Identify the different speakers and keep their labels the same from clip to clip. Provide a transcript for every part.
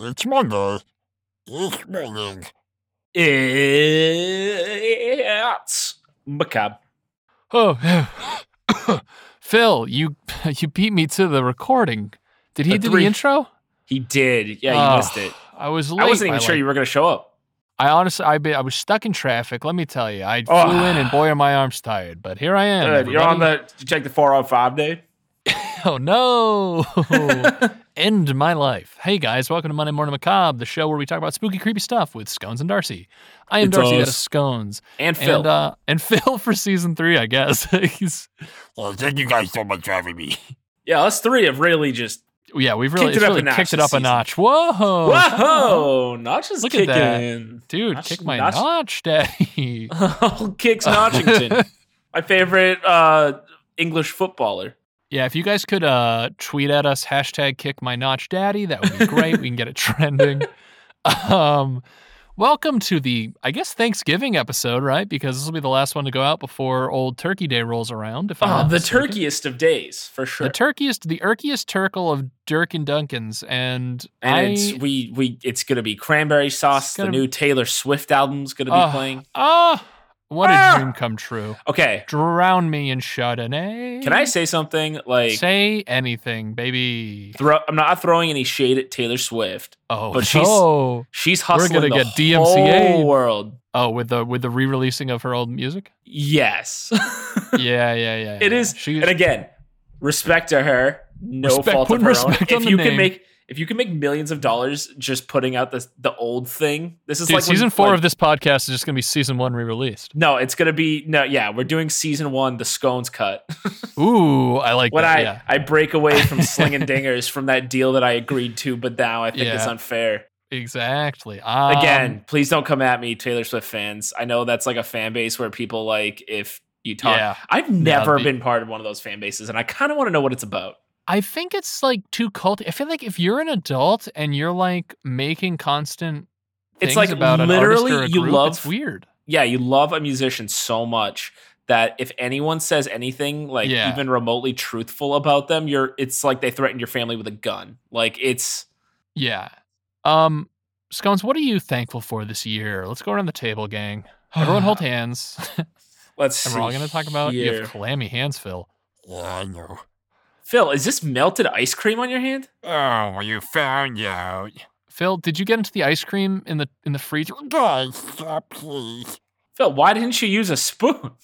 Speaker 1: It's Monday. It's morning.
Speaker 2: It's macabre.
Speaker 3: Oh, Phil, you you beat me to the recording. Did he
Speaker 2: The
Speaker 3: do
Speaker 2: three-
Speaker 3: the intro?
Speaker 2: He did. Yeah, you
Speaker 3: Oh,
Speaker 2: missed it.
Speaker 3: I was late.
Speaker 2: I wasn't even
Speaker 3: by,
Speaker 2: sure
Speaker 3: like-
Speaker 2: you were going to show up.
Speaker 3: I honestly, I, be, I was stuck in traffic. Let me tell you, I
Speaker 2: Oh.
Speaker 3: flew in, and boy, are my arms tired. But here I am.
Speaker 2: Good. You're on the did you check the 405 day.
Speaker 3: Oh no! End my life. Hey guys, welcome to Monday Morning Macabre, the show where we talk about spooky, creepy stuff with Scones and Darcy. I am
Speaker 2: It's
Speaker 3: Darcy
Speaker 2: us.
Speaker 3: out of Scones,
Speaker 2: And Phil.
Speaker 3: and uh, and Phil for season three, I guess. He's
Speaker 1: Well, thank you guys so much for having me.
Speaker 2: yeah, us three have really just
Speaker 3: yeah, we've really
Speaker 2: Kicked
Speaker 3: it's
Speaker 2: it up
Speaker 3: really
Speaker 2: a notch
Speaker 3: kicked it
Speaker 2: this
Speaker 3: up a
Speaker 2: season.
Speaker 3: notch. Whoa!
Speaker 2: Whoa, Notch's
Speaker 3: Oh. Look at
Speaker 2: kicking.
Speaker 3: that. Dude,
Speaker 2: Notch-
Speaker 3: kick my
Speaker 2: notch-
Speaker 3: notch, daddy.
Speaker 2: Oh, kicks Notchington. My favorite uh, English footballer.
Speaker 3: yeah, if you guys could uh, tweet at us hashtag kick my notch daddy, that would be great. we can get it trending. Um, welcome to the I guess Thanksgiving episode, right? Because this will be the last one to go out before old Turkey Day rolls around. If I'm
Speaker 2: Oh,
Speaker 3: not
Speaker 2: the
Speaker 3: mistaken.
Speaker 2: turkeyest of days, for sure.
Speaker 3: the turkeyest, the irkiest turkle of Dirk and Duncans, and,
Speaker 2: and
Speaker 3: I,
Speaker 2: it's we we it's gonna be cranberry sauce.
Speaker 3: It's gonna
Speaker 2: the new Taylor Swift album's gonna be
Speaker 3: Oh.
Speaker 2: playing.
Speaker 3: ah, what
Speaker 2: Ah!
Speaker 3: a dream come true.
Speaker 2: Okay,
Speaker 3: Drown me in Chardonnay.
Speaker 2: can I say something like?
Speaker 3: say anything, baby?
Speaker 2: Throw, I'm not throwing any shade at Taylor Swift.
Speaker 3: Oh,
Speaker 2: But she's-
Speaker 3: no.
Speaker 2: She's
Speaker 3: We're
Speaker 2: hustling
Speaker 3: gonna
Speaker 2: the
Speaker 3: get DMCA'd.
Speaker 2: whole world.
Speaker 3: oh, with the with the re-releasing of her old music.
Speaker 2: Yes,
Speaker 3: Yeah, yeah, yeah.
Speaker 2: it
Speaker 3: yeah.
Speaker 2: is.
Speaker 3: She's,
Speaker 2: and again, respect to her. No
Speaker 3: Respect-
Speaker 2: fault
Speaker 3: put
Speaker 2: of her
Speaker 3: respect
Speaker 2: own.
Speaker 3: on
Speaker 2: if
Speaker 3: the
Speaker 2: you can
Speaker 3: name.
Speaker 2: make if you can make millions of dollars just putting out the the old thing, this is
Speaker 3: dude,
Speaker 2: like when-
Speaker 3: season four
Speaker 2: like-
Speaker 3: of this podcast is just gonna be season one re-released.
Speaker 2: No, it's gonna be no. Yeah, we're doing season one, the scones cut.
Speaker 3: Ooh, I like
Speaker 2: when
Speaker 3: that.
Speaker 2: I
Speaker 3: yeah.
Speaker 2: I break away from slinging dingers from that deal that I agreed to, but now I think it's
Speaker 3: Yeah.
Speaker 2: unfair.
Speaker 3: Exactly. Um,
Speaker 2: Again, please don't come at me, Taylor Swift fans. I know that's like a fan base where people like if you talk.
Speaker 3: Yeah.
Speaker 2: I've never
Speaker 3: the-
Speaker 2: been part of one of those fan bases, and I kind of want to know what it's about.
Speaker 3: I think it's like too culty. I feel like if you're an adult and you're like making constant
Speaker 2: It's
Speaker 3: things
Speaker 2: like
Speaker 3: about an artist
Speaker 2: literally
Speaker 3: or a
Speaker 2: you
Speaker 3: group,
Speaker 2: love-
Speaker 3: it's weird.
Speaker 2: Yeah, you love a musician so much that if anyone says anything like
Speaker 3: Yeah.
Speaker 2: even remotely truthful about them, you're it's like they threatened your family with a gun. Like it's
Speaker 3: Yeah. Um, Scones, what are you thankful for this year? Let's go around the table, gang. Everyone hold hands.
Speaker 2: let's.
Speaker 3: and we're all
Speaker 2: see
Speaker 3: going to talk about you
Speaker 2: here.
Speaker 3: have clammy hands, Phil.
Speaker 1: Yeah, I know.
Speaker 2: Phil, is this melted ice cream on your hand?
Speaker 1: Oh, well, you found out.
Speaker 3: Phil, did you get into the ice cream in the in the freezer?
Speaker 1: Guys, stop, please.
Speaker 2: Phil, why didn't you use a spoon?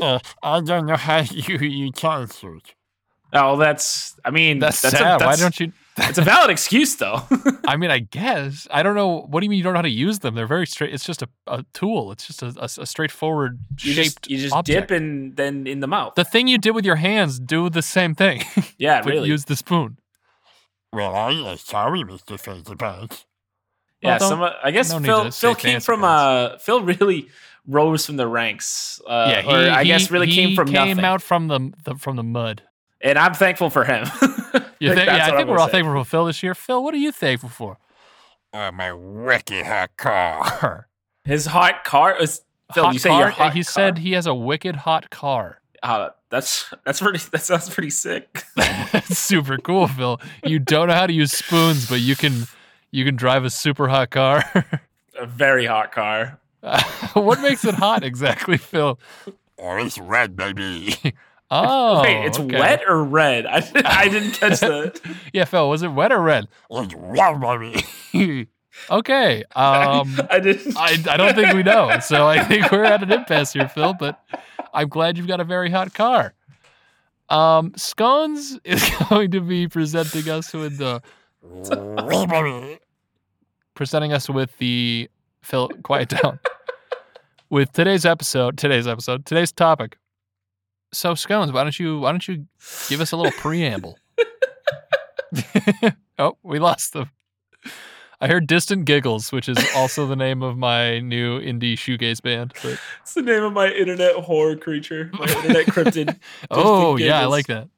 Speaker 1: Uh, I don't know how you utensils.
Speaker 2: Oh, that's. I mean,
Speaker 3: That's,
Speaker 2: that's
Speaker 3: sad.
Speaker 2: A,
Speaker 3: Why
Speaker 2: that's,
Speaker 3: don't you?
Speaker 2: It's a valid excuse, though.
Speaker 3: I mean, I guess I don't know. What do you mean you don't know how to use them? They're very straight. It's just a, a tool. It's just a, a, a straightforward
Speaker 2: you
Speaker 3: shaped.
Speaker 2: just you just
Speaker 3: object.
Speaker 2: dip and then in the mouth.
Speaker 3: The thing you did with your hands, do the same thing.
Speaker 2: yeah,
Speaker 3: but
Speaker 2: really.
Speaker 3: use the spoon.
Speaker 1: Well, I am sorry, Mr. Facebank.
Speaker 2: yeah,
Speaker 3: Well,
Speaker 2: some. uh, I guess
Speaker 3: no need
Speaker 2: Phil
Speaker 3: to
Speaker 2: Phil
Speaker 3: say
Speaker 2: came
Speaker 3: fancy
Speaker 2: from uh Phil really rose from the ranks. Uh,
Speaker 3: yeah,
Speaker 2: or I guess really
Speaker 3: he
Speaker 2: came from
Speaker 3: came
Speaker 2: nothing.
Speaker 3: out from the, the from the mud.
Speaker 2: and I'm thankful for him.
Speaker 3: You think, yeah,
Speaker 2: That's
Speaker 3: I
Speaker 2: what I'm
Speaker 3: think we're
Speaker 2: gonna
Speaker 3: all
Speaker 2: say.
Speaker 3: thankful for Phil this year. Phil, what are you thankful for?
Speaker 1: Uh, my wacky hot car.
Speaker 2: His hot car is Phil.
Speaker 3: Hot
Speaker 2: you say
Speaker 3: car?
Speaker 2: your hot
Speaker 3: He
Speaker 2: car?
Speaker 3: said he has a wicked hot car.
Speaker 2: Uh, that's that's pretty. That sounds pretty sick.
Speaker 3: That's super cool, Phil. You don't know how to use spoons, but you can you can drive a super hot car.
Speaker 2: a very hot car.
Speaker 3: what makes it hot exactly, Phil?
Speaker 1: Oh, it's red, baby.
Speaker 3: Oh,
Speaker 2: Wait, it's
Speaker 3: okay.
Speaker 2: wet or red? I, I didn't catch the.
Speaker 3: Yeah, Phil, was it wet or red?
Speaker 1: It's red, baby.
Speaker 3: Okay. Um,
Speaker 2: I didn't.
Speaker 3: I, I don't think we know. So I think we're at an impasse here, Phil, but I'm glad you've got a very hot car. Um, Scones is going to be presenting us with the
Speaker 1: Red, baby.
Speaker 3: presenting us with the Phil quiet down. with today's episode, today's episode, today's topic. So Scones, why don't you why don't you give us a little preamble? oh, we lost them. I heard Distant Giggles, which is also the name of my new indie shoegaze band. but-
Speaker 2: It's the name of my internet horror creature, my internet cryptid.
Speaker 3: oh yeah, I
Speaker 2: Giggles.
Speaker 3: like that.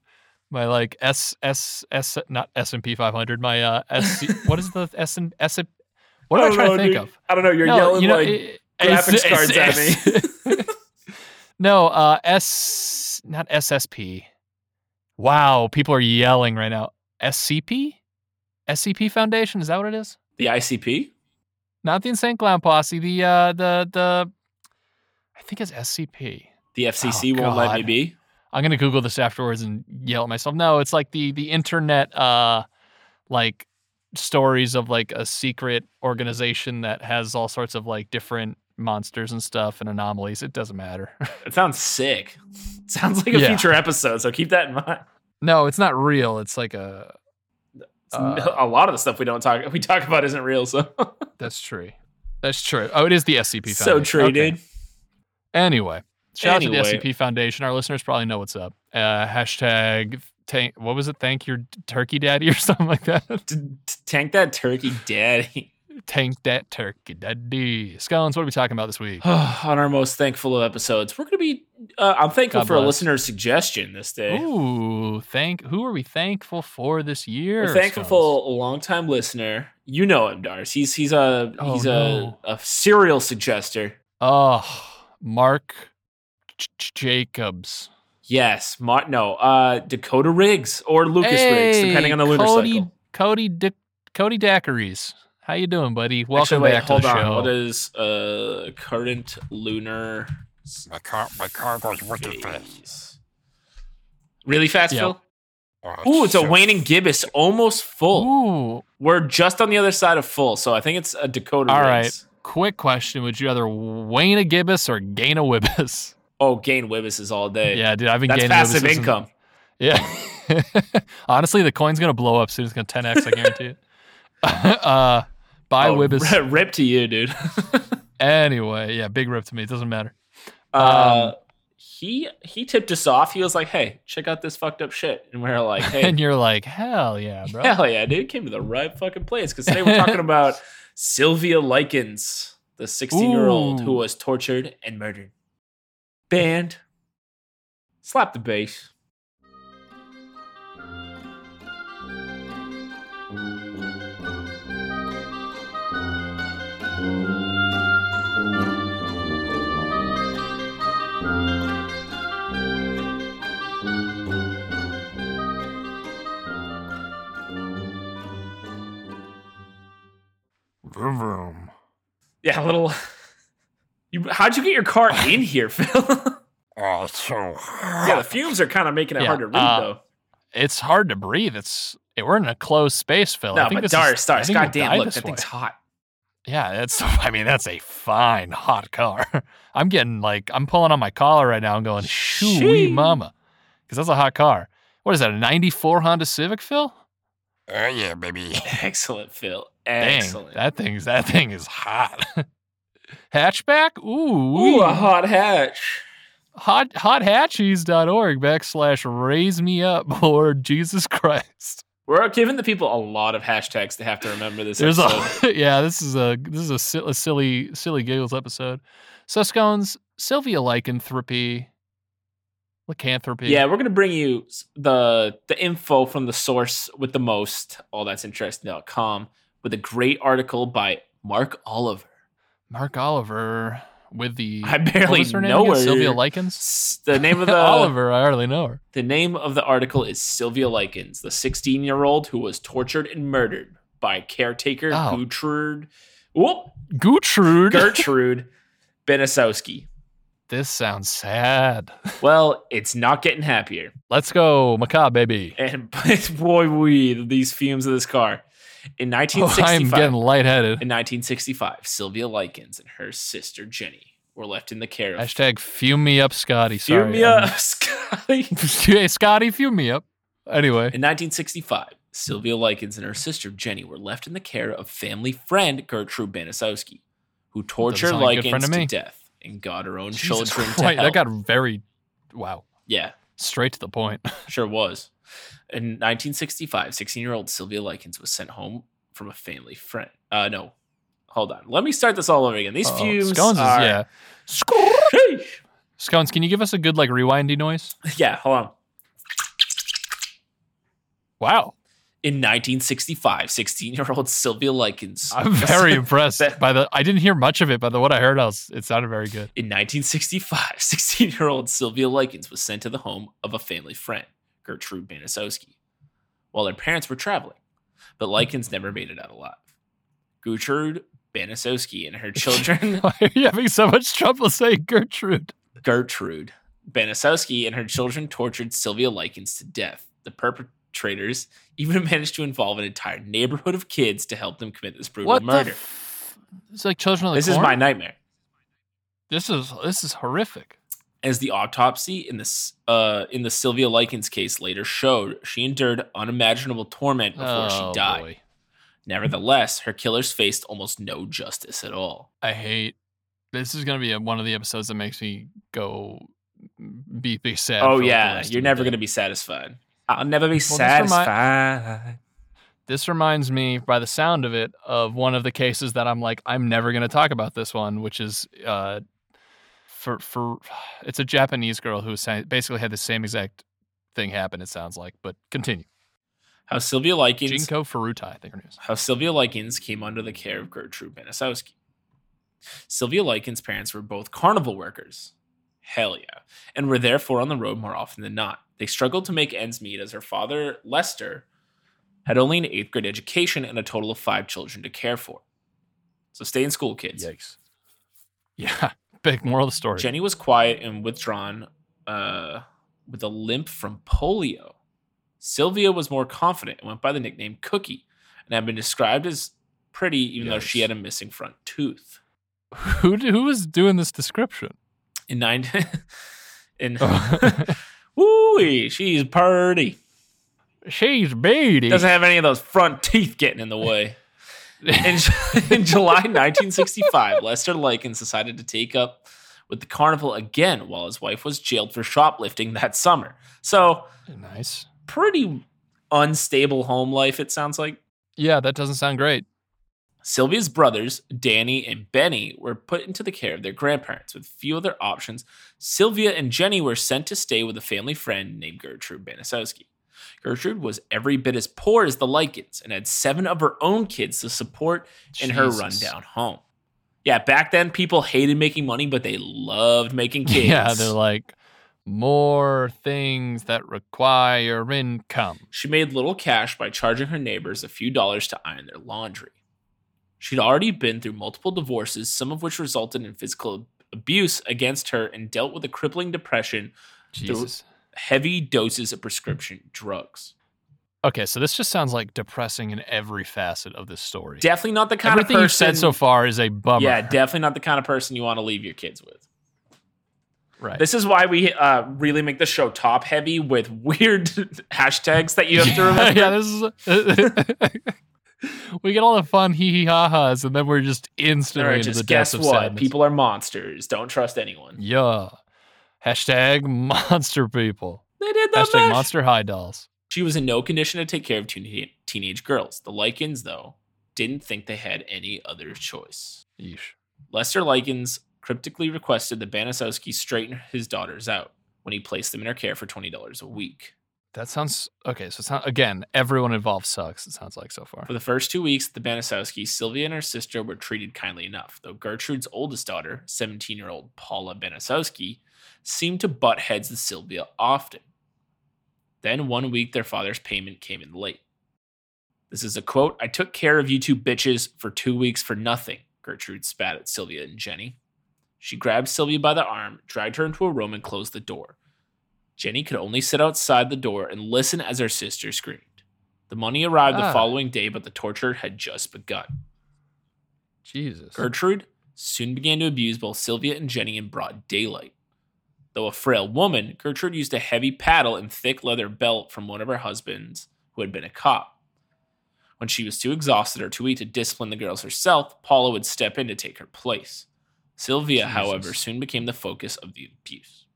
Speaker 3: My like S S S not S and P 500. My uh S what is the S and S? What
Speaker 2: I
Speaker 3: am I
Speaker 2: don't
Speaker 3: trying
Speaker 2: know,
Speaker 3: to think
Speaker 2: dude.
Speaker 3: of?
Speaker 2: I don't know. You're yelling like
Speaker 3: it-
Speaker 2: graphics cards at
Speaker 3: me. no, uh, S, not SSP. Wow, people are yelling right now. SCP, SCP Foundation, is that what it is?
Speaker 2: The ICP?
Speaker 3: Not the Insane Clown Posse. The uh, the the I think it's SCP.
Speaker 2: The FCC
Speaker 3: Oh,
Speaker 2: won't let
Speaker 3: God.
Speaker 2: me be.
Speaker 3: I'm gonna Google this afterwards and yell at myself. No, it's like the the internet uh like stories of like a secret organization that has all sorts of like different monsters and stuff and anomalies. It doesn't matter.
Speaker 2: It sounds sick. It sounds like a
Speaker 3: Yeah.
Speaker 2: future episode, so keep that in mind.
Speaker 3: no, it's not real. It's like a Uh,
Speaker 2: a lot of the stuff we don't talk we talk about isn't real, so
Speaker 3: that's true. That's true. Oh, it is the SCP Foundation.
Speaker 2: so true,
Speaker 3: Okay.
Speaker 2: dude.
Speaker 3: Anyway, shout out to
Speaker 2: Anyway.
Speaker 3: the SCP Foundation. Our listeners probably know what's up. Uh, hashtag tank, what was it? Thank your turkey daddy or something like that.
Speaker 2: T- t- tank that turkey, daddy.
Speaker 3: Tank that turkey daddy. Scones, what are we talking about this week?
Speaker 2: On our most thankful of episodes, we're gonna be. Uh, I'm thankful
Speaker 3: God
Speaker 2: for a
Speaker 3: bless.
Speaker 2: listener suggestion this day.
Speaker 3: Ooh, thank. Who are we thankful for this year?
Speaker 2: We're thankful for a longtime listener. You know him, Dars. He's he's a
Speaker 3: Oh,
Speaker 2: he's
Speaker 3: no.
Speaker 2: a, a serial suggester.
Speaker 3: Oh, Mark J- J- Jacobs.
Speaker 2: Yes, Mar- no, uh, Dakota Riggs or Lucas Riggs, depending on the lunar
Speaker 3: Cody,
Speaker 2: cycle.
Speaker 3: Cody, Dick, Cody Daiquiris. How you doing, buddy? Welcome
Speaker 2: Actually, wait,
Speaker 3: back
Speaker 2: hold
Speaker 3: to the
Speaker 2: on.
Speaker 3: show.
Speaker 2: What is uh current lunar
Speaker 1: My car, my car goes wicked fast.
Speaker 2: phase? Really fast,
Speaker 3: Yeah.
Speaker 2: Phil?
Speaker 1: Oh,
Speaker 2: Ooh, it's a
Speaker 1: so-
Speaker 2: waning gibbous, almost full.
Speaker 3: Ooh,
Speaker 2: We're just on the other side of full, so I think it's a Dakota
Speaker 3: All right.
Speaker 2: Riggs.
Speaker 3: Quick question: Would you rather wane a gibbous or gain a wibbus?
Speaker 2: Oh, gain Wibbuses all day.
Speaker 3: Yeah, dude, I've been
Speaker 2: That's
Speaker 3: gaining
Speaker 2: passive
Speaker 3: wibbuses and-
Speaker 2: income.
Speaker 3: yeah. Honestly, the coin's gonna blow up soon. It's gonna 10x. I guarantee it. uh, buy
Speaker 2: Oh,
Speaker 3: wibbus
Speaker 2: Rip to you, dude.
Speaker 3: anyway. Yeah, big rip to me. It doesn't matter.
Speaker 2: Uh,
Speaker 3: Um,
Speaker 2: he he tipped us off. He was like, "Hey, check out this fucked up shit," and we are like, "Hey,
Speaker 3: And you're like, hell yeah, bro.
Speaker 2: hell yeah, dude, came to the right fucking place." Because today we're talking about Sylvia Likens, the 16 year old who
Speaker 3: Ooh.
Speaker 2: was tortured and murdered. Band, slap the bass.
Speaker 1: Vroom, vroom.
Speaker 2: Yeah, a little. You, how'd you get your car in here, Phil?
Speaker 1: Oh, it's so
Speaker 2: yeah, the fumes are kind of making it
Speaker 3: Yeah,
Speaker 2: hard to read,
Speaker 3: uh,
Speaker 2: though.
Speaker 3: It's hard to breathe. It's we're in a closed space, Phil. I
Speaker 2: No,
Speaker 3: think
Speaker 2: but
Speaker 3: this
Speaker 2: Dars,
Speaker 3: is, I
Speaker 2: stars,
Speaker 3: think we'll die
Speaker 2: goddamn, look,
Speaker 3: this
Speaker 2: that
Speaker 3: way.
Speaker 2: thing's hot.
Speaker 3: Yeah, that's. I mean, that's a fine hot car. I'm getting like I'm pulling on my collar right now and going, "Shoo,
Speaker 2: Shee.
Speaker 3: mama," because that's a hot car. What is that? A '94 Honda Civic, Phil?
Speaker 1: Oh, yeah, baby.
Speaker 2: Excellent, Phil.
Speaker 3: Dang,
Speaker 2: Excellent.
Speaker 3: that thing's that thing is hot. Hatchback? Ooh,
Speaker 2: Ooh,
Speaker 3: wee.
Speaker 2: a hot hatch.
Speaker 3: hot hothatchies.org backslash raise me up, Lord Jesus Christ.
Speaker 2: We're giving the people a lot of hashtags to have to remember this
Speaker 3: There's
Speaker 2: episode.
Speaker 3: a yeah. This is a this is a, si- a silly silly giggles episode. So scones, Sylvia lycanthropy, lycanthropy.
Speaker 2: yeah, we're gonna bring you s- the the info from the source with the most, all that's interesting.com, with a great article by Mark Oliver.
Speaker 3: Mark Oliver with the
Speaker 2: I
Speaker 3: what
Speaker 2: barely
Speaker 3: was her name
Speaker 2: know
Speaker 3: again?
Speaker 2: her. uh,
Speaker 3: Sylvia Likens.
Speaker 2: S- The name of the
Speaker 3: Oliver, I hardly know her.
Speaker 2: the name of the article is Sylvia Likens, the 16 year old who was tortured and murdered by caretaker
Speaker 3: Oh.
Speaker 2: Gertrude whoop,
Speaker 3: Gertrude.
Speaker 2: Gertrude Benisowski.
Speaker 3: this sounds sad.
Speaker 2: Well, it's not getting happier.
Speaker 3: Let's go, macabre baby.
Speaker 2: and boy, we these fumes of this car. In
Speaker 3: Oh, I'm
Speaker 2: 1965,
Speaker 3: getting lightheaded.
Speaker 2: in 1965, Sylvia Likens and her sister Jenny were left in the care of
Speaker 3: Hashtag fume me up, Scotty.
Speaker 2: Fume
Speaker 3: Sorry.
Speaker 2: me
Speaker 3: I'm-
Speaker 2: up, Scotty.
Speaker 3: hey, Scotty, fume me up. Anyway,
Speaker 2: In 1965, Sylvia Likens and her sister Jenny were left in the care of family friend Gertrude Banisowski, who tortured
Speaker 3: sound like a good friend
Speaker 2: Likens
Speaker 3: to
Speaker 2: to
Speaker 3: me.
Speaker 2: death and got her own
Speaker 3: Jesus
Speaker 2: children to
Speaker 3: Christ,
Speaker 2: hell.
Speaker 3: that got very wow,
Speaker 2: yeah,
Speaker 3: straight to the point.
Speaker 2: Sure was. In 1965, 16 year old Sylvia Likens was sent home from a family friend. Uh, no, hold on. Let me start this all over again. These
Speaker 3: Uh-oh.
Speaker 2: fumes.
Speaker 3: Oh, Scones is
Speaker 2: are-
Speaker 3: yeah.
Speaker 2: Sheesh.
Speaker 3: Scones, can you give us a good like rewindy noise?
Speaker 2: Yeah, hold on.
Speaker 3: Wow,
Speaker 2: In 1965, 16 year old Sylvia Likens.
Speaker 3: I'm very impressed
Speaker 2: That-
Speaker 3: by the. I didn't hear much of it, but the what I heard, I was, it sounded very good.
Speaker 2: In 1965, 16 year old Sylvia Likens was sent to the home of a family friend, Gertrude Banisowski, while her parents were traveling, but Likens never made it out alive. Gertrude Banasowski and her children,
Speaker 3: Why are you having so much trouble saying Gertrude?
Speaker 2: Gertrude Banasowski and her children tortured Sylvia Likens to death. The perpetrators even managed to involve an entire neighborhood of kids to help them commit this brutal
Speaker 3: what
Speaker 2: murder.
Speaker 3: the? F- it's like children of the
Speaker 2: this is
Speaker 3: Corn?
Speaker 2: my nightmare.
Speaker 3: This is this is horrific.
Speaker 2: As the autopsy in this uh, in the Sylvia Likens case later showed, she endured unimaginable torment
Speaker 3: Oh,
Speaker 2: before she died.
Speaker 3: boy.
Speaker 2: Nevertheless, her killers faced almost no justice at all.
Speaker 3: I hate. This is gonna be a, one of the episodes that makes me go be, be sad.
Speaker 2: oh
Speaker 3: for, like, the
Speaker 2: yeah,
Speaker 3: rest
Speaker 2: you're
Speaker 3: of the
Speaker 2: never
Speaker 3: day.
Speaker 2: gonna be satisfied. I'll never be
Speaker 3: just remind-
Speaker 2: satisfied.
Speaker 3: This reminds me, by the sound of it, of one of the cases that I'm like, I'm never gonna talk about this one, which is uh, for for it's a Japanese girl who sa- basically had the same exact thing happen. It sounds like, but continue.
Speaker 2: How Sylvia Likens
Speaker 3: Jinko Furuta, I think her name is.
Speaker 2: how Sylvia Likens came under the care of Gertrude Banasowski. Sylvia Likens' parents were both carnival workers. Hell yeah. And were therefore on the road more often than not. They struggled to make ends meet as her father, Lester, had only an eighth grade education and a total of five children to care for. So stay in school, kids.
Speaker 3: Yikes. Yeah. Big moral of the story.
Speaker 2: Jenny was quiet and withdrawn uh, with a limp from polio. Sylvia was more confident and went by the nickname Cookie and had been described as pretty, even though she
Speaker 3: Yikes.
Speaker 2: had a missing front tooth.
Speaker 3: who d- who was doing this description?
Speaker 2: In nine, in
Speaker 3: Oh.
Speaker 2: wooey, she's purty.
Speaker 3: She's beady.
Speaker 2: Doesn't have any of those front teeth getting in the way. In, in July 1965, Lester Likens decided to take up with the carnival again while his wife was jailed for shoplifting that summer. So
Speaker 3: nice.
Speaker 2: pretty unstable home life, it sounds like.
Speaker 3: Yeah, that doesn't sound great.
Speaker 2: Sylvia's brothers, Danny and Benny, were put into the care of their grandparents. With few other options, Sylvia and Jenny were sent to stay with a family friend named Gertrude Banasowski. Gertrude was every bit as poor as the Likens and had seven of her own kids to support in her
Speaker 3: Jesus.
Speaker 2: rundown home. Yeah, back then people hated making money, but they loved making kids.
Speaker 3: Yeah, they're like more things that require income.
Speaker 2: She made little cash by charging her neighbors a few dollars to iron their laundry. She'd already been through multiple divorces, some of which resulted in physical abuse against her, and dealt with a crippling depression,
Speaker 3: Jesus.
Speaker 2: heavy doses of prescription drugs.
Speaker 3: Okay, so this just sounds like depressing in every facet of this story.
Speaker 2: Definitely not the kind
Speaker 3: Everything
Speaker 2: of
Speaker 3: you've
Speaker 2: person.
Speaker 3: said so far is a bummer.
Speaker 2: yeah, definitely not the kind of person you want to leave your kids with.
Speaker 3: right.
Speaker 2: This is why we uh, really make the show top heavy with weird hashtags that you have to remember.
Speaker 3: yeah, this is. we get all the fun hee hee ha ha's, and then we're just
Speaker 2: All
Speaker 3: instantly
Speaker 2: right,
Speaker 3: into the
Speaker 2: just
Speaker 3: depths
Speaker 2: guess
Speaker 3: of
Speaker 2: what?
Speaker 3: sadness.
Speaker 2: People are monsters. Don't trust anyone.
Speaker 3: yeah. Hashtag monster people.
Speaker 2: They did that.
Speaker 3: Hashtag monster high dolls.
Speaker 2: She was in no condition to take care of teen- teenage girls. The Likens, though, didn't think they had any other choice.
Speaker 3: Yeesh.
Speaker 2: Lester Likens cryptically requested that Banasowski straighten his daughters out when he placed them in her care for $20 a week.
Speaker 3: That sounds okay. So it's not again. Everyone involved sucks. It sounds like so far.
Speaker 2: For the first two weeks, the Banasowskis, Sylvia and her sister, were treated kindly enough, though Gertrude's oldest daughter, 17 year old Paula Banasowski, seemed to butt heads with Sylvia often. Then one week, their father's payment came in late. This is a quote I took care of you two bitches for two weeks for nothing, Gertrude spat at Sylvia and Jenny. She grabbed Sylvia by the arm, dragged her into a room, and closed the door. Jenny could only sit outside the door and listen as her sister screamed. The money arrived the
Speaker 3: Ah.
Speaker 2: following day, but the torture had just begun.
Speaker 3: Jesus.
Speaker 2: Gertrude soon began to abuse both Sylvia and Jenny in broad daylight. Though a frail woman, Gertrude used a heavy paddle and thick leather belt from one of her husbands who had been a cop. When she was too exhausted or too weak to discipline the girls herself, Paula would step in to take her place. Sylvia,
Speaker 3: Jesus.
Speaker 2: however, soon became the focus of the abuse.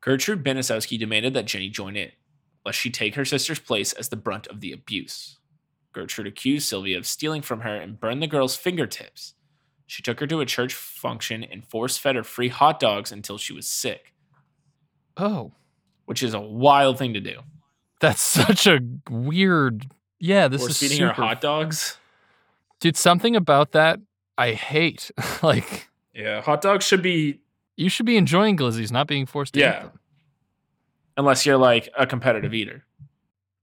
Speaker 2: Gertrude Benisowski demanded that Jenny join in, lest she take her sister's place as the brunt of the abuse. Gertrude accused Sylvia of stealing from her and burned the girl's fingertips. She took her to a church function and force fed her free hot dogs until she was sick,
Speaker 3: Oh,
Speaker 2: which is a wild thing to do.
Speaker 3: that's such a weird. Yeah, this
Speaker 2: force
Speaker 3: is
Speaker 2: feeding
Speaker 3: super.
Speaker 2: her hot dogs.
Speaker 3: Dude, something about that I hate. like
Speaker 2: Yeah, hot dogs should be
Speaker 3: you should be enjoying glizzies, not being forced to
Speaker 2: Yeah.
Speaker 3: eat them.
Speaker 2: unless you're like a competitive eater.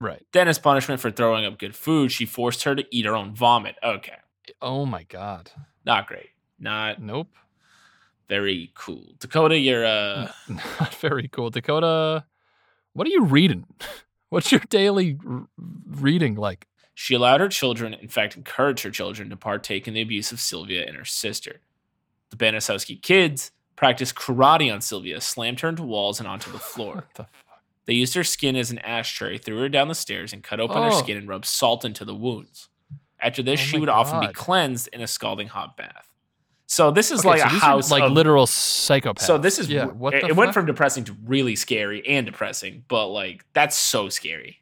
Speaker 3: Right.
Speaker 2: Then, as punishment for throwing up good food, she forced her to eat her own vomit. Okay.
Speaker 3: Oh my God.
Speaker 2: Not great. Not
Speaker 3: Nope.
Speaker 2: very cool. Dakota, you're uh
Speaker 3: Not very cool. Dakota, what are you reading? What's your daily r- reading like?
Speaker 2: she allowed her children, in fact encouraged her children to partake in the abuse of Sylvia and her sister. The Banasowski kids practiced karate on Sylvia, slammed her into walls and onto the floor.
Speaker 3: What the fuck?
Speaker 2: They used her skin as an ashtray, threw her down the stairs, and cut open her
Speaker 3: Oh.
Speaker 2: skin and rubbed salt into the wounds. After this,
Speaker 3: Oh
Speaker 2: she
Speaker 3: my
Speaker 2: would often be
Speaker 3: God.
Speaker 2: cleansed in a scalding hot bath. So this is
Speaker 3: Okay,
Speaker 2: like
Speaker 3: so
Speaker 2: a
Speaker 3: these are,
Speaker 2: house,
Speaker 3: like
Speaker 2: of-
Speaker 3: literal psychopath.
Speaker 2: So this is
Speaker 3: yeah. What
Speaker 2: it,
Speaker 3: the
Speaker 2: it went
Speaker 3: fuck?
Speaker 2: from depressing to really scary and depressing, but like that's so scary.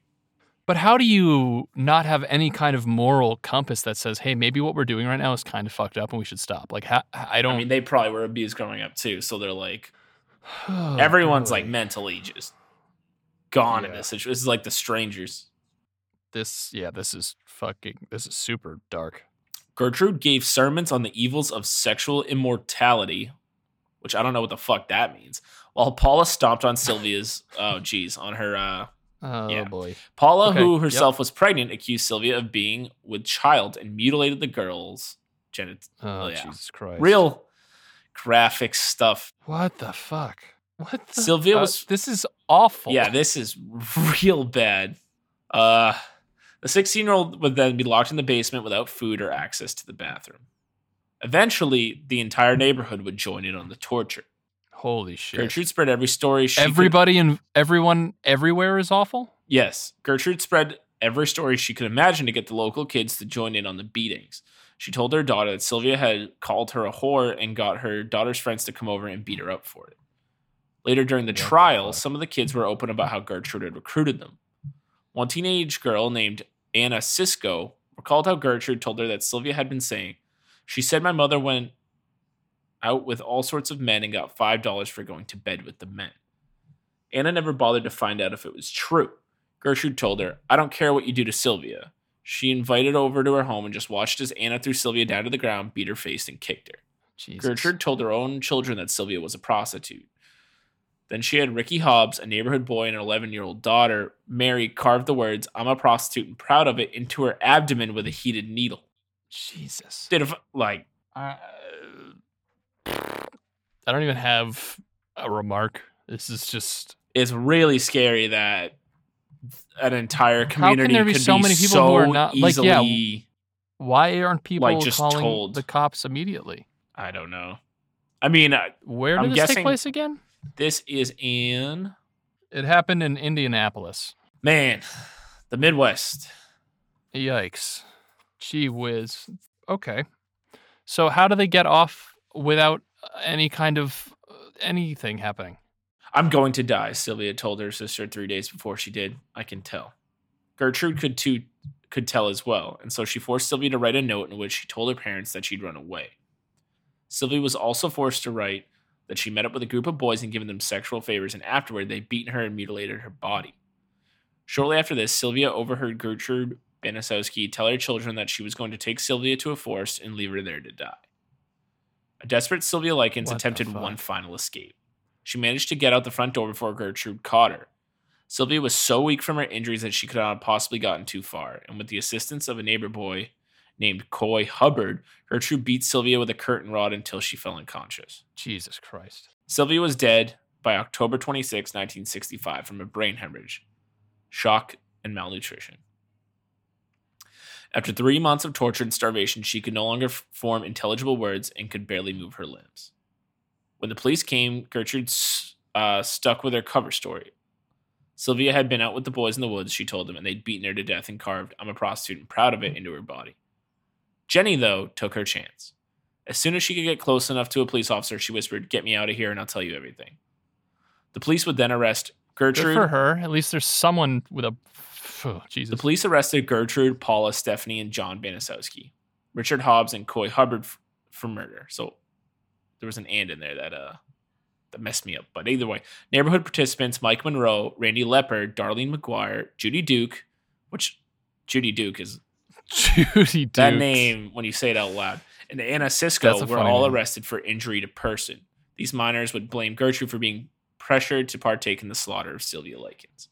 Speaker 3: But how do you not have any kind of moral compass that says, "Hey, maybe what we're doing right now is kind of fucked up and we should stop"? Like, how, I don't.
Speaker 2: I mean, they probably were abused growing up too, so they're like
Speaker 3: Oh,
Speaker 2: everyone's like
Speaker 3: boy.
Speaker 2: mentally just gone in
Speaker 3: Yeah.
Speaker 2: this situation. This is like the strangers.
Speaker 3: this. Yeah, this is fucking. This is super dark.
Speaker 2: Gertrude gave sermons on the evils of sexual immortality, which I don't know what the fuck that means. While Paula stomped on Sylvia's, oh geez, on her. uh
Speaker 3: Oh
Speaker 2: Yeah.
Speaker 3: boy.
Speaker 2: Paula,
Speaker 3: Okay,
Speaker 2: who
Speaker 3: yep.
Speaker 2: herself was pregnant, accused Sylvia of being with child and mutilated the girl's genitals.
Speaker 3: Oh,
Speaker 2: yeah.
Speaker 3: Jesus Christ.
Speaker 2: Real graphic stuff.
Speaker 3: What the fuck? What the
Speaker 2: Sylvia
Speaker 3: uh,
Speaker 2: was-
Speaker 3: This is awful.
Speaker 2: Yeah, this is real bad. Uh, the 16 year old would then be locked in the basement without food or access to the bathroom. Eventually, the entire neighborhood would join in on the torture.
Speaker 3: Holy shit.
Speaker 2: Gertrude spread every story she could-
Speaker 3: Everybody and everyone everywhere is awful.
Speaker 2: Yes, Gertrude spread every story she could imagine to get the local kids to join in on the beatings. She told her daughter that Sylvia had called her a whore and got her daughter's friends to come over and beat her up for it. Later during the
Speaker 3: What the
Speaker 2: trial,
Speaker 3: fuck?
Speaker 2: some of the kids were open about how Gertrude had recruited them. One teenage girl named Anna Cisco recalled how Gertrude told her that Sylvia had been saying, She said my mother went out with all sorts of men and got $5 for going to bed with the men. Anna never bothered to find out if it was true. Gertrude told her, I don't care what you do to Sylvia. She invited over to her home and just watched as Anna threw Sylvia down to the ground, beat her face, and kicked her.
Speaker 3: Jesus.
Speaker 2: Gertrude told her own children that Sylvia was a prostitute. Then she had Ricky Hobbs, a neighborhood boy, and an 11 year old daughter, Mary, carve the words, I'm a prostitute and proud of it, into her abdomen with a heated needle.
Speaker 3: Jesus.
Speaker 2: Did a, like,
Speaker 3: I don't even have a remark. This is just
Speaker 2: it's really scary that an entire
Speaker 3: How can
Speaker 2: community
Speaker 3: there be
Speaker 2: could
Speaker 3: so
Speaker 2: be
Speaker 3: many people
Speaker 2: so
Speaker 3: who are not- like,
Speaker 2: easily,
Speaker 3: yeah, why aren't people
Speaker 2: just
Speaker 3: calling
Speaker 2: told.
Speaker 3: the cops immediately?
Speaker 2: I don't know. I mean, uh,
Speaker 3: Where did
Speaker 2: I'm
Speaker 3: this
Speaker 2: guessing-
Speaker 3: take place again?
Speaker 2: this is in
Speaker 3: It happened in Indianapolis.
Speaker 2: man, the Midwest.
Speaker 3: Yikes. Gee whiz. Okay. So how do they get off without any kind of uh, anything happening?
Speaker 2: I'm going to die, Sylvia told her sister three days before she did. I can tell. Gertrude could too could tell as well, and so she forced Sylvia to write a note in which she told her parents that she'd run away. Sylvia was also forced to write that she met up with a group of boys and given them sexual favors, and afterward they beat her and mutilated her body. Shortly after this, Sylvia overheard Gertrude Banasowski tell her children that she was going to take Sylvia to a forest and leave her there to die. A desperate Sylvia Likens
Speaker 3: What the
Speaker 2: attempted
Speaker 3: fuck?
Speaker 2: one final escape. She managed to get out the front door before Gertrude caught her. Sylvia was so weak from her injuries that she could not have possibly gotten too far, and with the assistance of a neighbor boy named Coy Hubbard, Gertrude beat Sylvia with a curtain rod until she fell unconscious.
Speaker 3: Jesus Christ.
Speaker 2: Sylvia was dead by October 26, 1965, from a brain hemorrhage, shock, and malnutrition. After three months of torture and starvation, she could no longer f- form intelligible words and could barely move her limbs. When the police came, Gertrude s- uh, stuck with her cover story. Sylvia had been out with the boys in the woods, she told them, and they'd beaten her to death and carved, I'm a prostitute and proud of it, into her body. Jenny, though, took her chance. As soon as she could get close enough to a police officer, she whispered, Get me out of here and I'll tell you everything. The police would then arrest Gertrude.
Speaker 3: Good for her. At least there's someone with a Phew, Jesus.
Speaker 2: The police arrested Gertrude, Paula, Stephanie, and John Banasowski, Richard Hobbs, and Coy Hubbard f- for murder. So there was an and in there that uh that messed me up. But either way, neighborhood participants Mike Monroe, Randy Leopard, Darlene McGuire, Judy Duke, which Judy Duke is
Speaker 3: Judy Dukes.
Speaker 2: that name when you say it out loud, and Anna
Speaker 3: That's
Speaker 2: Cisco
Speaker 3: a
Speaker 2: were
Speaker 3: funny
Speaker 2: all
Speaker 3: name.
Speaker 2: arrested for injury to person. These minors would blame Gertrude for being pressured to partake in the slaughter of Sylvia Likens.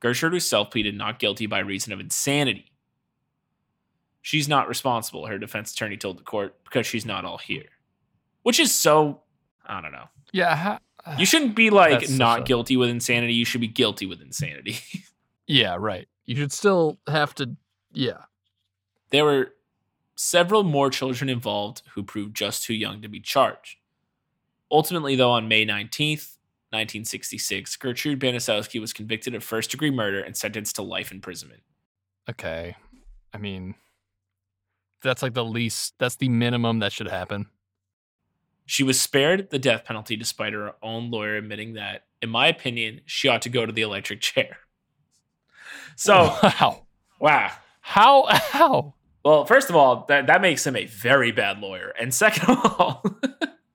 Speaker 2: Gertrude herself pleaded not guilty by reason of insanity. She's not responsible, her defense attorney told the court, because she's not all here. Which is so, I don't know.
Speaker 3: Yeah. ha-
Speaker 2: You shouldn't be like
Speaker 3: That's so
Speaker 2: not
Speaker 3: sad.
Speaker 2: guilty with insanity. You should be guilty with insanity.
Speaker 3: yeah. Right. You should still have to. Yeah.
Speaker 2: there were several more children involved who proved just too young to be charged. Ultimately, though, on May 19th, 1966, Gertrude Banisowski was convicted of first degree murder and sentenced to life imprisonment.
Speaker 3: Okay. I mean, that's like the least. That's the minimum that should happen.
Speaker 2: She was spared the death penalty despite her own lawyer admitting that, in my opinion, she ought to go to the electric chair. So,
Speaker 3: wow.
Speaker 2: wow.
Speaker 3: How? How?
Speaker 2: Well, first of all, that, that makes him a very bad lawyer. And second of all,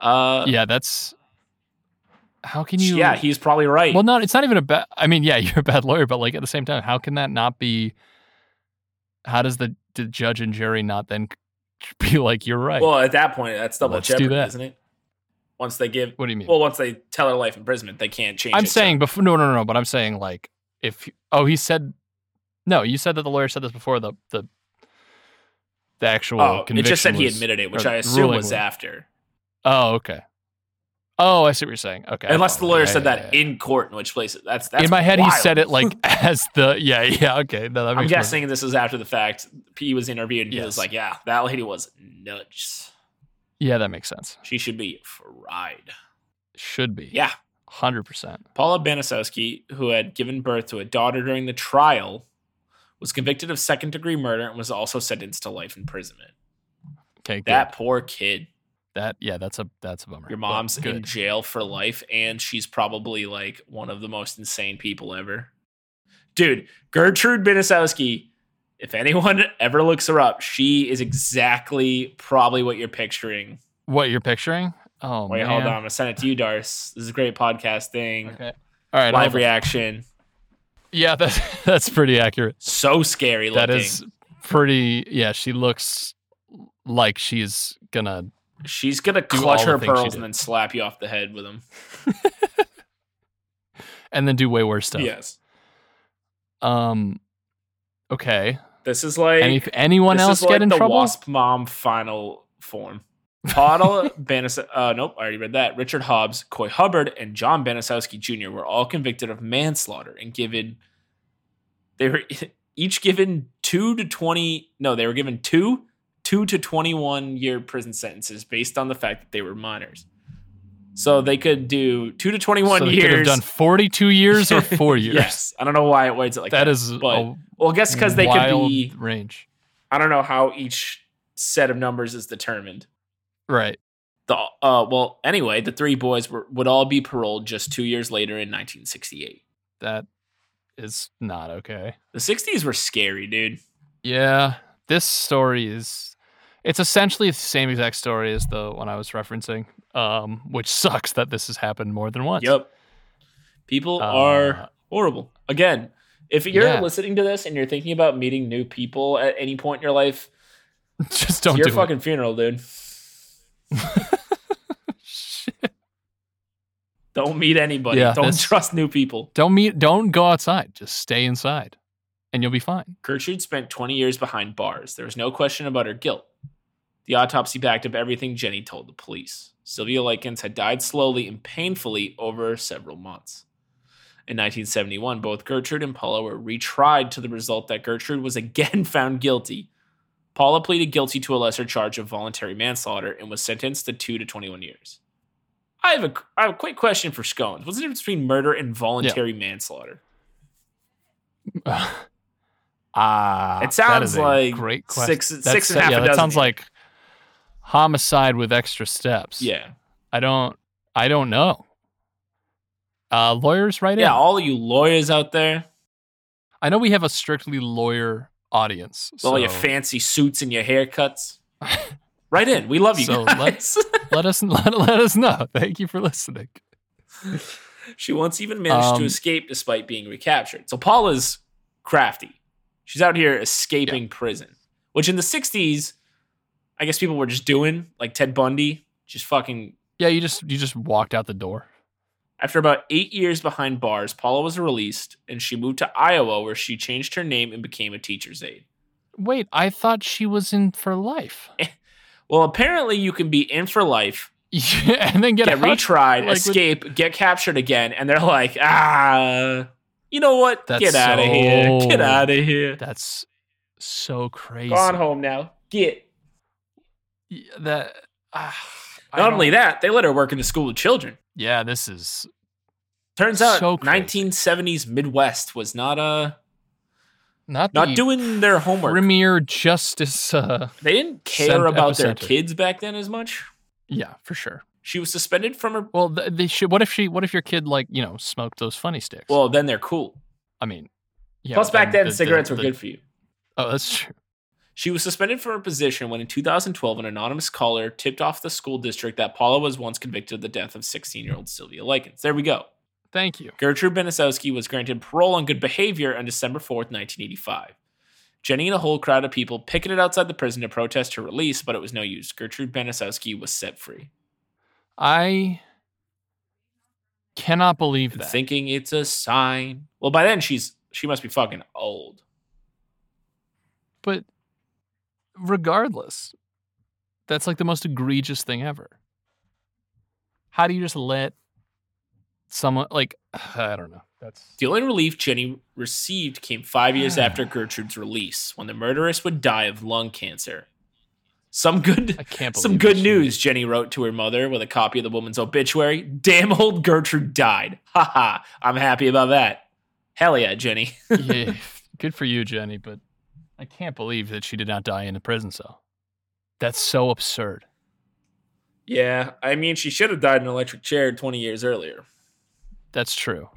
Speaker 2: uh,
Speaker 3: yeah. That's. How can you?
Speaker 2: yeah, he's probably right.
Speaker 3: Well, not. It's not even a bad. I mean, yeah, you're a bad lawyer, but like at the same time, how can that not be? How does the, the judge and jury not then be like, you're right?
Speaker 2: Well, at that point, that's double
Speaker 3: Let's do
Speaker 2: jeopardy,
Speaker 3: that.
Speaker 2: isn't it? Once they give,
Speaker 3: what do you mean?
Speaker 2: well, once they tell her life imprisonment, they can't change.
Speaker 3: I'm
Speaker 2: it, so-
Speaker 3: saying before. No, no, no, no. But I'm saying like if. Oh, he said. No, you said that the lawyer said this before the the. The actual
Speaker 2: oh,
Speaker 3: conviction.
Speaker 2: it just said he
Speaker 3: was-
Speaker 2: admitted it,
Speaker 3: or
Speaker 2: which
Speaker 3: the
Speaker 2: I assume
Speaker 3: ruling
Speaker 2: was after,
Speaker 3: Oh, okay. Oh, I see what you're saying. Okay, I
Speaker 2: unless the
Speaker 3: follow.
Speaker 2: lawyer
Speaker 3: Yeah,
Speaker 2: said
Speaker 3: yeah,
Speaker 2: that
Speaker 3: yeah.
Speaker 2: in court. In which place, that's that's
Speaker 3: in my head,
Speaker 2: wild.
Speaker 3: he said it like as the yeah, yeah. Okay, no, that makes more
Speaker 2: I'm
Speaker 3: sense.
Speaker 2: guessing this is after the fact. He was interviewed and he was
Speaker 3: Yes.
Speaker 2: like, "Yeah, that lady was nuts.
Speaker 3: Yeah, that makes sense.
Speaker 2: She should be fried."
Speaker 3: Should be.
Speaker 2: Yeah,
Speaker 3: hundred percent.
Speaker 2: Paula Banisowski, who had given birth to a daughter during the trial, was convicted of second degree murder and was also sentenced to life imprisonment.
Speaker 3: Okay, good.
Speaker 2: That poor kid.
Speaker 3: That yeah, that's a that's a bummer.
Speaker 2: Your
Speaker 3: but
Speaker 2: mom's in
Speaker 3: good.
Speaker 2: jail for life, and she's probably like one of the most insane people ever. Dude, Gertrude Binisowski, if anyone ever looks her up, she is exactly probably what you're picturing.
Speaker 3: What you're picturing? Oh
Speaker 2: Wait,
Speaker 3: man.
Speaker 2: hold on. I'm going to send it to you, Darce. This is a great podcast thing.
Speaker 3: Okay. All right.
Speaker 2: Live
Speaker 3: hold on.
Speaker 2: reaction.
Speaker 3: Yeah, that's that's pretty accurate.
Speaker 2: So scary looking.
Speaker 3: That is pretty. Yeah, she looks like she's gonna.
Speaker 2: She's going to
Speaker 3: Do all
Speaker 2: clutch
Speaker 3: the
Speaker 2: her
Speaker 3: things she
Speaker 2: pearls
Speaker 3: did.
Speaker 2: and then slap you off the head with them.
Speaker 3: And then do way worse stuff.
Speaker 2: Yes.
Speaker 3: Um. Okay.
Speaker 2: This is like.
Speaker 3: Any, anyone
Speaker 2: this
Speaker 3: else
Speaker 2: is
Speaker 3: get
Speaker 2: like
Speaker 3: in
Speaker 2: the
Speaker 3: trouble?
Speaker 2: Wasp mom final form. Pottle, Banis- uh, nope, I already read that. Richard Hobbs, Coy Hubbard, and John Banisowski Jr. were all convicted of manslaughter and given. They were each given two to twenty. No, they were given two, two to twenty-one year prison sentences based on the fact that they were minors. So they could do two to twenty-one
Speaker 3: so they could have
Speaker 2: years.
Speaker 3: done 42 years or four years.
Speaker 2: Yes, I don't know why it weighs it like that.
Speaker 3: that is
Speaker 2: but-
Speaker 3: a
Speaker 2: well, I guess because they could
Speaker 3: wild
Speaker 2: be.
Speaker 3: range.
Speaker 2: I don't know how each set of numbers is determined.
Speaker 3: Right.
Speaker 2: the uh well anyway the three boys were would all be paroled just two years later in 1968
Speaker 3: That is not okay.
Speaker 2: the 60s were scary dude
Speaker 3: Yeah, this story is it's essentially the same exact story as the one I was referencing, um, which sucks that this has happened more than once.
Speaker 2: yep people
Speaker 3: Uh,
Speaker 2: are horrible again if you're
Speaker 3: Yeah.
Speaker 2: listening to this and you're thinking about meeting new people at any point in your life
Speaker 3: Just
Speaker 2: it's
Speaker 3: don't
Speaker 2: your
Speaker 3: do
Speaker 2: fucking funeral dude
Speaker 3: it. Shit.
Speaker 2: don't meet anybody
Speaker 3: Yeah,
Speaker 2: don't
Speaker 3: that's-
Speaker 2: trust new people
Speaker 3: Don't meet. Don't go outside. Just stay inside, and you'll be fine.
Speaker 2: gertrude spent 20 years behind bars there was no question about her guilt the autopsy backed up everything jenny told the police sylvia likens had died slowly and painfully over several months In 1971, both Gertrude and Paula were retried to the result that Gertrude was again found guilty. Paula pleaded guilty to a lesser charge of voluntary manslaughter and was sentenced to 2 to 21 years. I have a, I have a quick question for Scones. What's the difference between murder and voluntary manslaughter?
Speaker 3: Ah,
Speaker 2: It sounds
Speaker 3: that is a
Speaker 2: like
Speaker 3: great
Speaker 2: six-
Speaker 3: question.
Speaker 2: six
Speaker 3: That's-
Speaker 2: and a half
Speaker 3: Yeah,
Speaker 2: a
Speaker 3: that
Speaker 2: dozen
Speaker 3: sounds
Speaker 2: here.
Speaker 3: like homicide with extra steps.
Speaker 2: Yeah.
Speaker 3: I don't. I don't know. Uh, lawyers, right?
Speaker 2: Yeah, all you lawyers out there,
Speaker 3: I know we have a strictly lawyer audience.
Speaker 2: with all your
Speaker 3: so-
Speaker 2: fancy suits and your haircuts. right in. We love you
Speaker 3: So
Speaker 2: guys.
Speaker 3: let us let, let us know. Thank you for listening.
Speaker 2: she once even managed
Speaker 3: Um,
Speaker 2: to escape despite being recaptured. So Paula's crafty. She's out here escaping prison, which in the 60s, I guess people were just doing like Ted Bundy, just fucking
Speaker 3: Yeah, you just you just walked out the door.
Speaker 2: After about eight years behind bars, Paula was released and she moved to Iowa where she changed her name and became a teacher's aide.
Speaker 3: Wait, I thought she was in for life.
Speaker 2: Well, apparently you can be in for life,
Speaker 3: Yeah, and then get,
Speaker 2: get,
Speaker 3: out.
Speaker 2: retried,
Speaker 3: like with-
Speaker 2: escape, get captured again, and they're like, ah, you know what?
Speaker 3: That's
Speaker 2: get out of here.
Speaker 3: so-
Speaker 2: Get out of here.
Speaker 3: That's so crazy.
Speaker 2: Gone home now. Get.
Speaker 3: Y- That ah, I
Speaker 2: Not
Speaker 3: don't-
Speaker 2: only that, they let her work in the school with children.
Speaker 3: Yeah, this is
Speaker 2: Turns out
Speaker 3: So crazy.
Speaker 2: 1970s Midwest was not uh
Speaker 3: not
Speaker 2: not
Speaker 3: the
Speaker 2: doing their homework.
Speaker 3: premier justice. Uh,
Speaker 2: they didn't care
Speaker 3: Cent-
Speaker 2: about their
Speaker 3: epicenter.
Speaker 2: kids back then as much.
Speaker 3: yeah, for sure.
Speaker 2: She was suspended from her
Speaker 3: Well, th- they should. What if she? What if your kid like you know smoked those funny sticks?
Speaker 2: Well, then they're cool.
Speaker 3: I mean, yeah.
Speaker 2: Plus
Speaker 3: but
Speaker 2: back then
Speaker 3: the- the-
Speaker 2: cigarettes were
Speaker 3: the-
Speaker 2: good for you.
Speaker 3: Oh, that's true.
Speaker 2: She was suspended from her position when in 2012 an anonymous caller tipped off the school district that Paula was once convicted of the death of 16-year-old Sylvia Likens. There we go.
Speaker 3: Thank you.
Speaker 2: Gertrude Benisowski was granted parole on good behavior on December 4th, 1985. Jenny and a whole crowd of people picketed outside the prison to protest her release, but it was no use. Gertrude Benisowski was set free.
Speaker 3: I cannot believe that.
Speaker 2: Thinking it's a sign. Well, by then she's she must be fucking old.
Speaker 3: but regardless, that's like the most egregious thing ever. How do you just let someone like I don't know? That's
Speaker 2: The only relief Jenny received came five years after Gertrude's release, when the murderess would die of lung cancer. Some good
Speaker 3: I can't believe
Speaker 2: Some good
Speaker 3: this
Speaker 2: news, Jenny wrote to her mother with a copy of the woman's obituary. Damn old Gertrude died. Ha ha. I'm happy about that. Hell yeah, Jenny.
Speaker 3: shit. yeah, good for you, Jenny. But I can't believe that she did not die in a prison cell. That's so absurd.
Speaker 2: Yeah, I mean, she should have died in an electric chair 20 years earlier.
Speaker 3: That's true.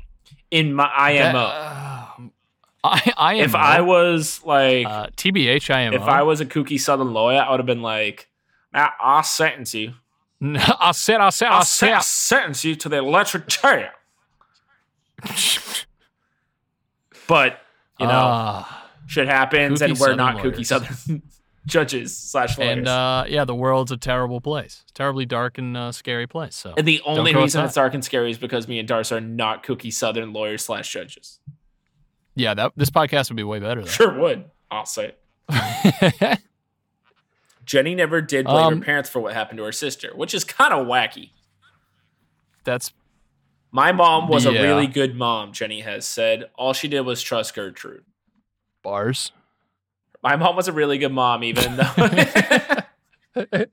Speaker 2: In my IMO.
Speaker 3: That- um, I I am
Speaker 2: if I was like,
Speaker 3: uh, TBH, I am.
Speaker 2: if I was a kooky Southern lawyer, I would have been like, nah, I'll sentence you.
Speaker 3: I said, I said, I
Speaker 2: I'll, sen-
Speaker 3: said.
Speaker 2: I'll sentence you to the electric chair. But, you know,
Speaker 3: Ah.
Speaker 2: shit happens and
Speaker 3: kooky
Speaker 2: we're
Speaker 3: Southern
Speaker 2: not kooky
Speaker 3: lawyers.
Speaker 2: Southern judges slash lawyers.
Speaker 3: and uh, yeah, the world's a terrible place, terribly dark and uh, scary place. So
Speaker 2: And the only
Speaker 3: go with
Speaker 2: reason
Speaker 3: that.
Speaker 2: it's dark and scary is because me and Darce are not cookie Southern lawyers slash judges.
Speaker 3: yeah, that this podcast would be way better. Though.
Speaker 2: Sure would. I'll say it. Jenny never did blame
Speaker 3: Um,
Speaker 2: her parents for what happened to her sister, which is kind of wacky.
Speaker 3: That's
Speaker 2: My mom was a
Speaker 3: Yeah.
Speaker 2: really good mom, Jenny has said. All she did was trust Gertrude.
Speaker 3: bars.
Speaker 2: My mom was a really good mom, even though. I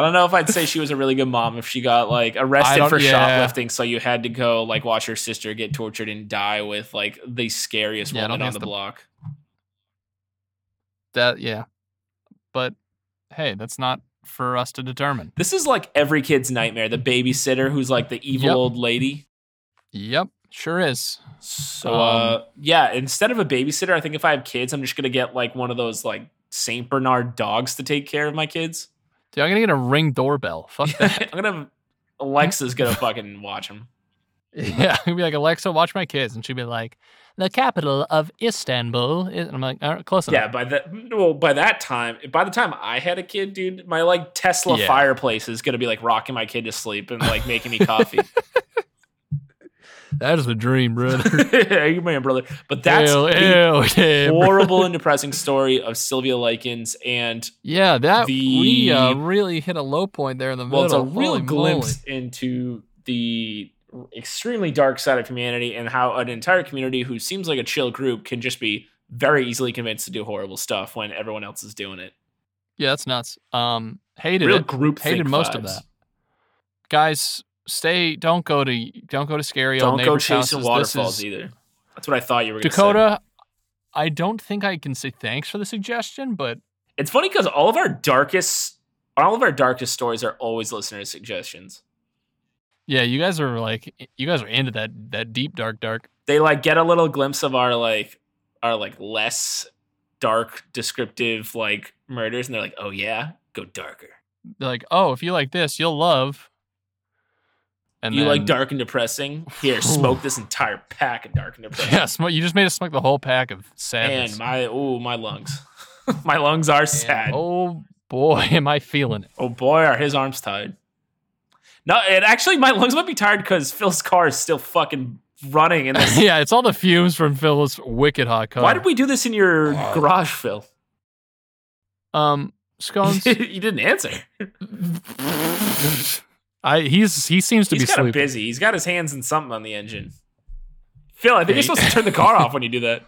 Speaker 2: don't know if I'd say she was a really good mom if she got like arrested
Speaker 3: don't-
Speaker 2: for
Speaker 3: yeah.
Speaker 2: shoplifting, so you had to go like watch your sister get tortured and die with like the scariest
Speaker 3: Yeah, I don't
Speaker 2: woman
Speaker 3: think
Speaker 2: on
Speaker 3: it's
Speaker 2: the
Speaker 3: the-
Speaker 2: block.
Speaker 3: That yeah, but hey, that's not for us to determine.
Speaker 2: This is like every kid's nightmare the babysitter who's like the evil
Speaker 3: Yep.
Speaker 2: old lady.
Speaker 3: Yep, sure is. Um,
Speaker 2: So, uh, yeah, instead of a babysitter, I think if I have kids, I'm just going to get like one of those like St. Bernard dogs to take care of my kids.
Speaker 3: Dude, I'm gonna get a ring doorbell. Fuck that.
Speaker 2: I'm going to, Alexa's going to fucking watch them.
Speaker 3: yeah, I'd be like Alexa, watch my kids, and she'd be like, "The capital of Istanbul," is-" and I'm like, "All right, close
Speaker 2: Yeah,
Speaker 3: enough."
Speaker 2: by that, well, by that time, by the time I had a kid, dude, my like Tesla
Speaker 3: Yeah.
Speaker 2: fireplace is going to be like rocking my kid to sleep and like making me coffee.
Speaker 3: That is the dream, brother.
Speaker 2: you man, brother. But that's
Speaker 3: Hell,
Speaker 2: the
Speaker 3: hell yeah, bro.
Speaker 2: horrible and depressing story of Sylvia Likens and
Speaker 3: Yeah, that
Speaker 2: The-
Speaker 3: we uh, really hit a low point there in the
Speaker 2: well, it's a
Speaker 3: middle.
Speaker 2: real
Speaker 3: Holy
Speaker 2: glimpse into the extremely dark side of humanity and how an entire community who seems like a chill group can just be very easily convinced to do horrible stuff when everyone else is doing it.
Speaker 3: Yeah, that's nuts. Um, hated
Speaker 2: Real
Speaker 3: it.
Speaker 2: group
Speaker 3: Hated
Speaker 2: think
Speaker 3: most of
Speaker 2: vibes.
Speaker 3: that. Guys, stay. Don't go to. Don't go to scary old
Speaker 2: Don't go
Speaker 3: neighbors'
Speaker 2: chasing
Speaker 3: houses.
Speaker 2: waterfalls
Speaker 3: This is
Speaker 2: either. That's what I thought you were. gonna say.
Speaker 3: Dakota. I don't think I can say thanks for the suggestion, but
Speaker 2: It's funny because all of our darkest, all of our darkest stories are always listener suggestions.
Speaker 3: yeah, you guys are like, you guys are into that that deep dark dark.
Speaker 2: They like get a little glimpse of our like, our like less dark descriptive like murders, and they're like, oh yeah, go darker.
Speaker 3: They're like, oh, if you like this, you'll love. And
Speaker 2: you like
Speaker 3: then-
Speaker 2: dark and depressing? Here, smoke this entire pack of dark and depressing.
Speaker 3: Yeah, smoke, you just made us smoke the whole pack of sadness.
Speaker 2: and my oh my lungs, my lungs are sad.
Speaker 3: Oh boy, am I feeling it?
Speaker 2: Oh boy, are his arms tied. No, it actually my lungs might be tired because Phil's car is still fucking running. And this.
Speaker 3: yeah, it's all the fumes from Phil's wicked hot car.
Speaker 2: why did we do this in your garage, Phil?
Speaker 3: Um,
Speaker 2: you
Speaker 3: scones.
Speaker 2: didn't answer.
Speaker 3: I he's he seems to
Speaker 2: He's
Speaker 3: be
Speaker 2: kind of
Speaker 3: sleeping.
Speaker 2: busy. He's got his hands in something on the engine. Phil, I think you're supposed to turn the car off when you do that.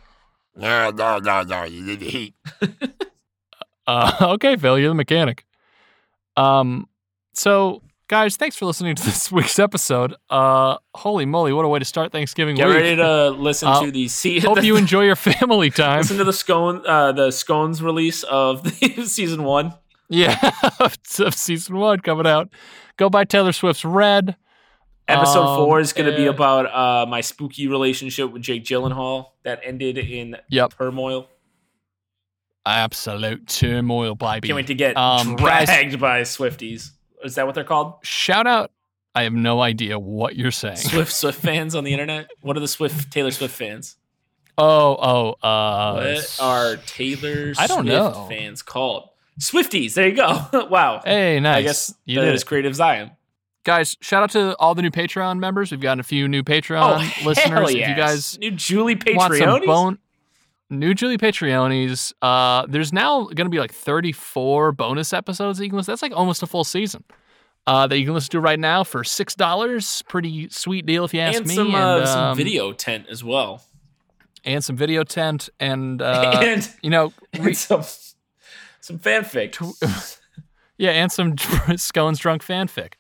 Speaker 1: No, no, no, no. You need the heat.
Speaker 3: Uh, okay, Phil, you're the mechanic. Um, so guys, thanks for listening to this week's episode. Uh, holy moly, what a way to start Thanksgiving
Speaker 2: Get
Speaker 3: week!
Speaker 2: ready to listen
Speaker 3: Uh,
Speaker 2: to the see.
Speaker 3: Hope you enjoy your family time.
Speaker 2: listen to the scone, uh, the scones release of the season one.
Speaker 3: yeah, of season one coming out. Go buy Taylor Swift's Red.
Speaker 2: Episode
Speaker 3: Um,
Speaker 2: four is going to be
Speaker 3: uh,
Speaker 2: about uh, my spooky relationship with Jake Gyllenhaal that ended in
Speaker 3: Yep,
Speaker 2: turmoil.
Speaker 3: absolute turmoil, baby.
Speaker 2: Can't wait to get
Speaker 3: Um, guys-
Speaker 2: dragged by Swifties. Is that what they're called?
Speaker 3: Shout out! I have no idea what you're saying.
Speaker 2: Swift Swift fans on the internet. What are the Swift Taylor Swift fans?
Speaker 3: Oh, oh, uh,
Speaker 2: What are Taylor
Speaker 3: I don't
Speaker 2: Swift
Speaker 3: know.
Speaker 2: fans called? Swifties. There you go. wow.
Speaker 3: Hey, nice.
Speaker 2: I guess
Speaker 3: you
Speaker 2: that
Speaker 3: did
Speaker 2: is
Speaker 3: it. Um,
Speaker 2: creative Zion.
Speaker 3: Guys, shout out to all the new Patreon members. We've gotten a few new
Speaker 2: Oh,
Speaker 3: Patreon
Speaker 2: hell
Speaker 3: listeners. If you
Speaker 2: yes.
Speaker 3: guys
Speaker 2: new Julie
Speaker 3: want some
Speaker 2: Patreonis.
Speaker 3: bone new Julie Patreonis, uh, there's now gonna be like 34 bonus episodes that you can listen. That's like almost a full season. Uh, that you can listen to right now for six dollars. Pretty sweet deal if you ask
Speaker 2: and
Speaker 3: me.
Speaker 2: some, uh,
Speaker 3: um,
Speaker 2: some video tent as well.
Speaker 3: and some video tent and uh,
Speaker 2: and,
Speaker 3: you know
Speaker 2: and some some fanfic.
Speaker 3: Yeah, and some Scones Drunk fanfic.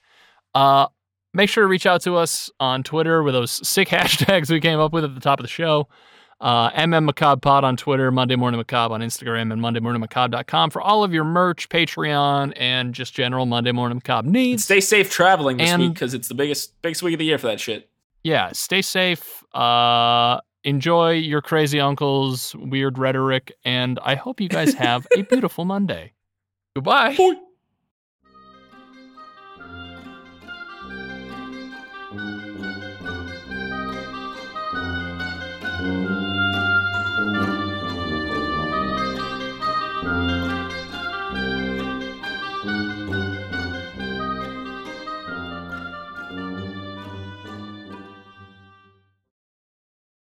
Speaker 3: Uh, make sure to reach out to us on Twitter with those sick hashtags we came up with at the top of the show. Uh, MM Macabre Pod on Twitter, Monday Morning Macabre on Instagram, and MondayMorningMacabre.com for all of your merch, Patreon, and just general Monday Morning Macabre needs.
Speaker 2: Stay safe traveling this
Speaker 3: And-
Speaker 2: week because it's the biggest biggest week of the year for that shit.
Speaker 3: yeah, stay safe. Uh, enjoy your crazy uncle's weird rhetoric, and I hope you guys have a beautiful Monday. Goodbye.
Speaker 2: Boy.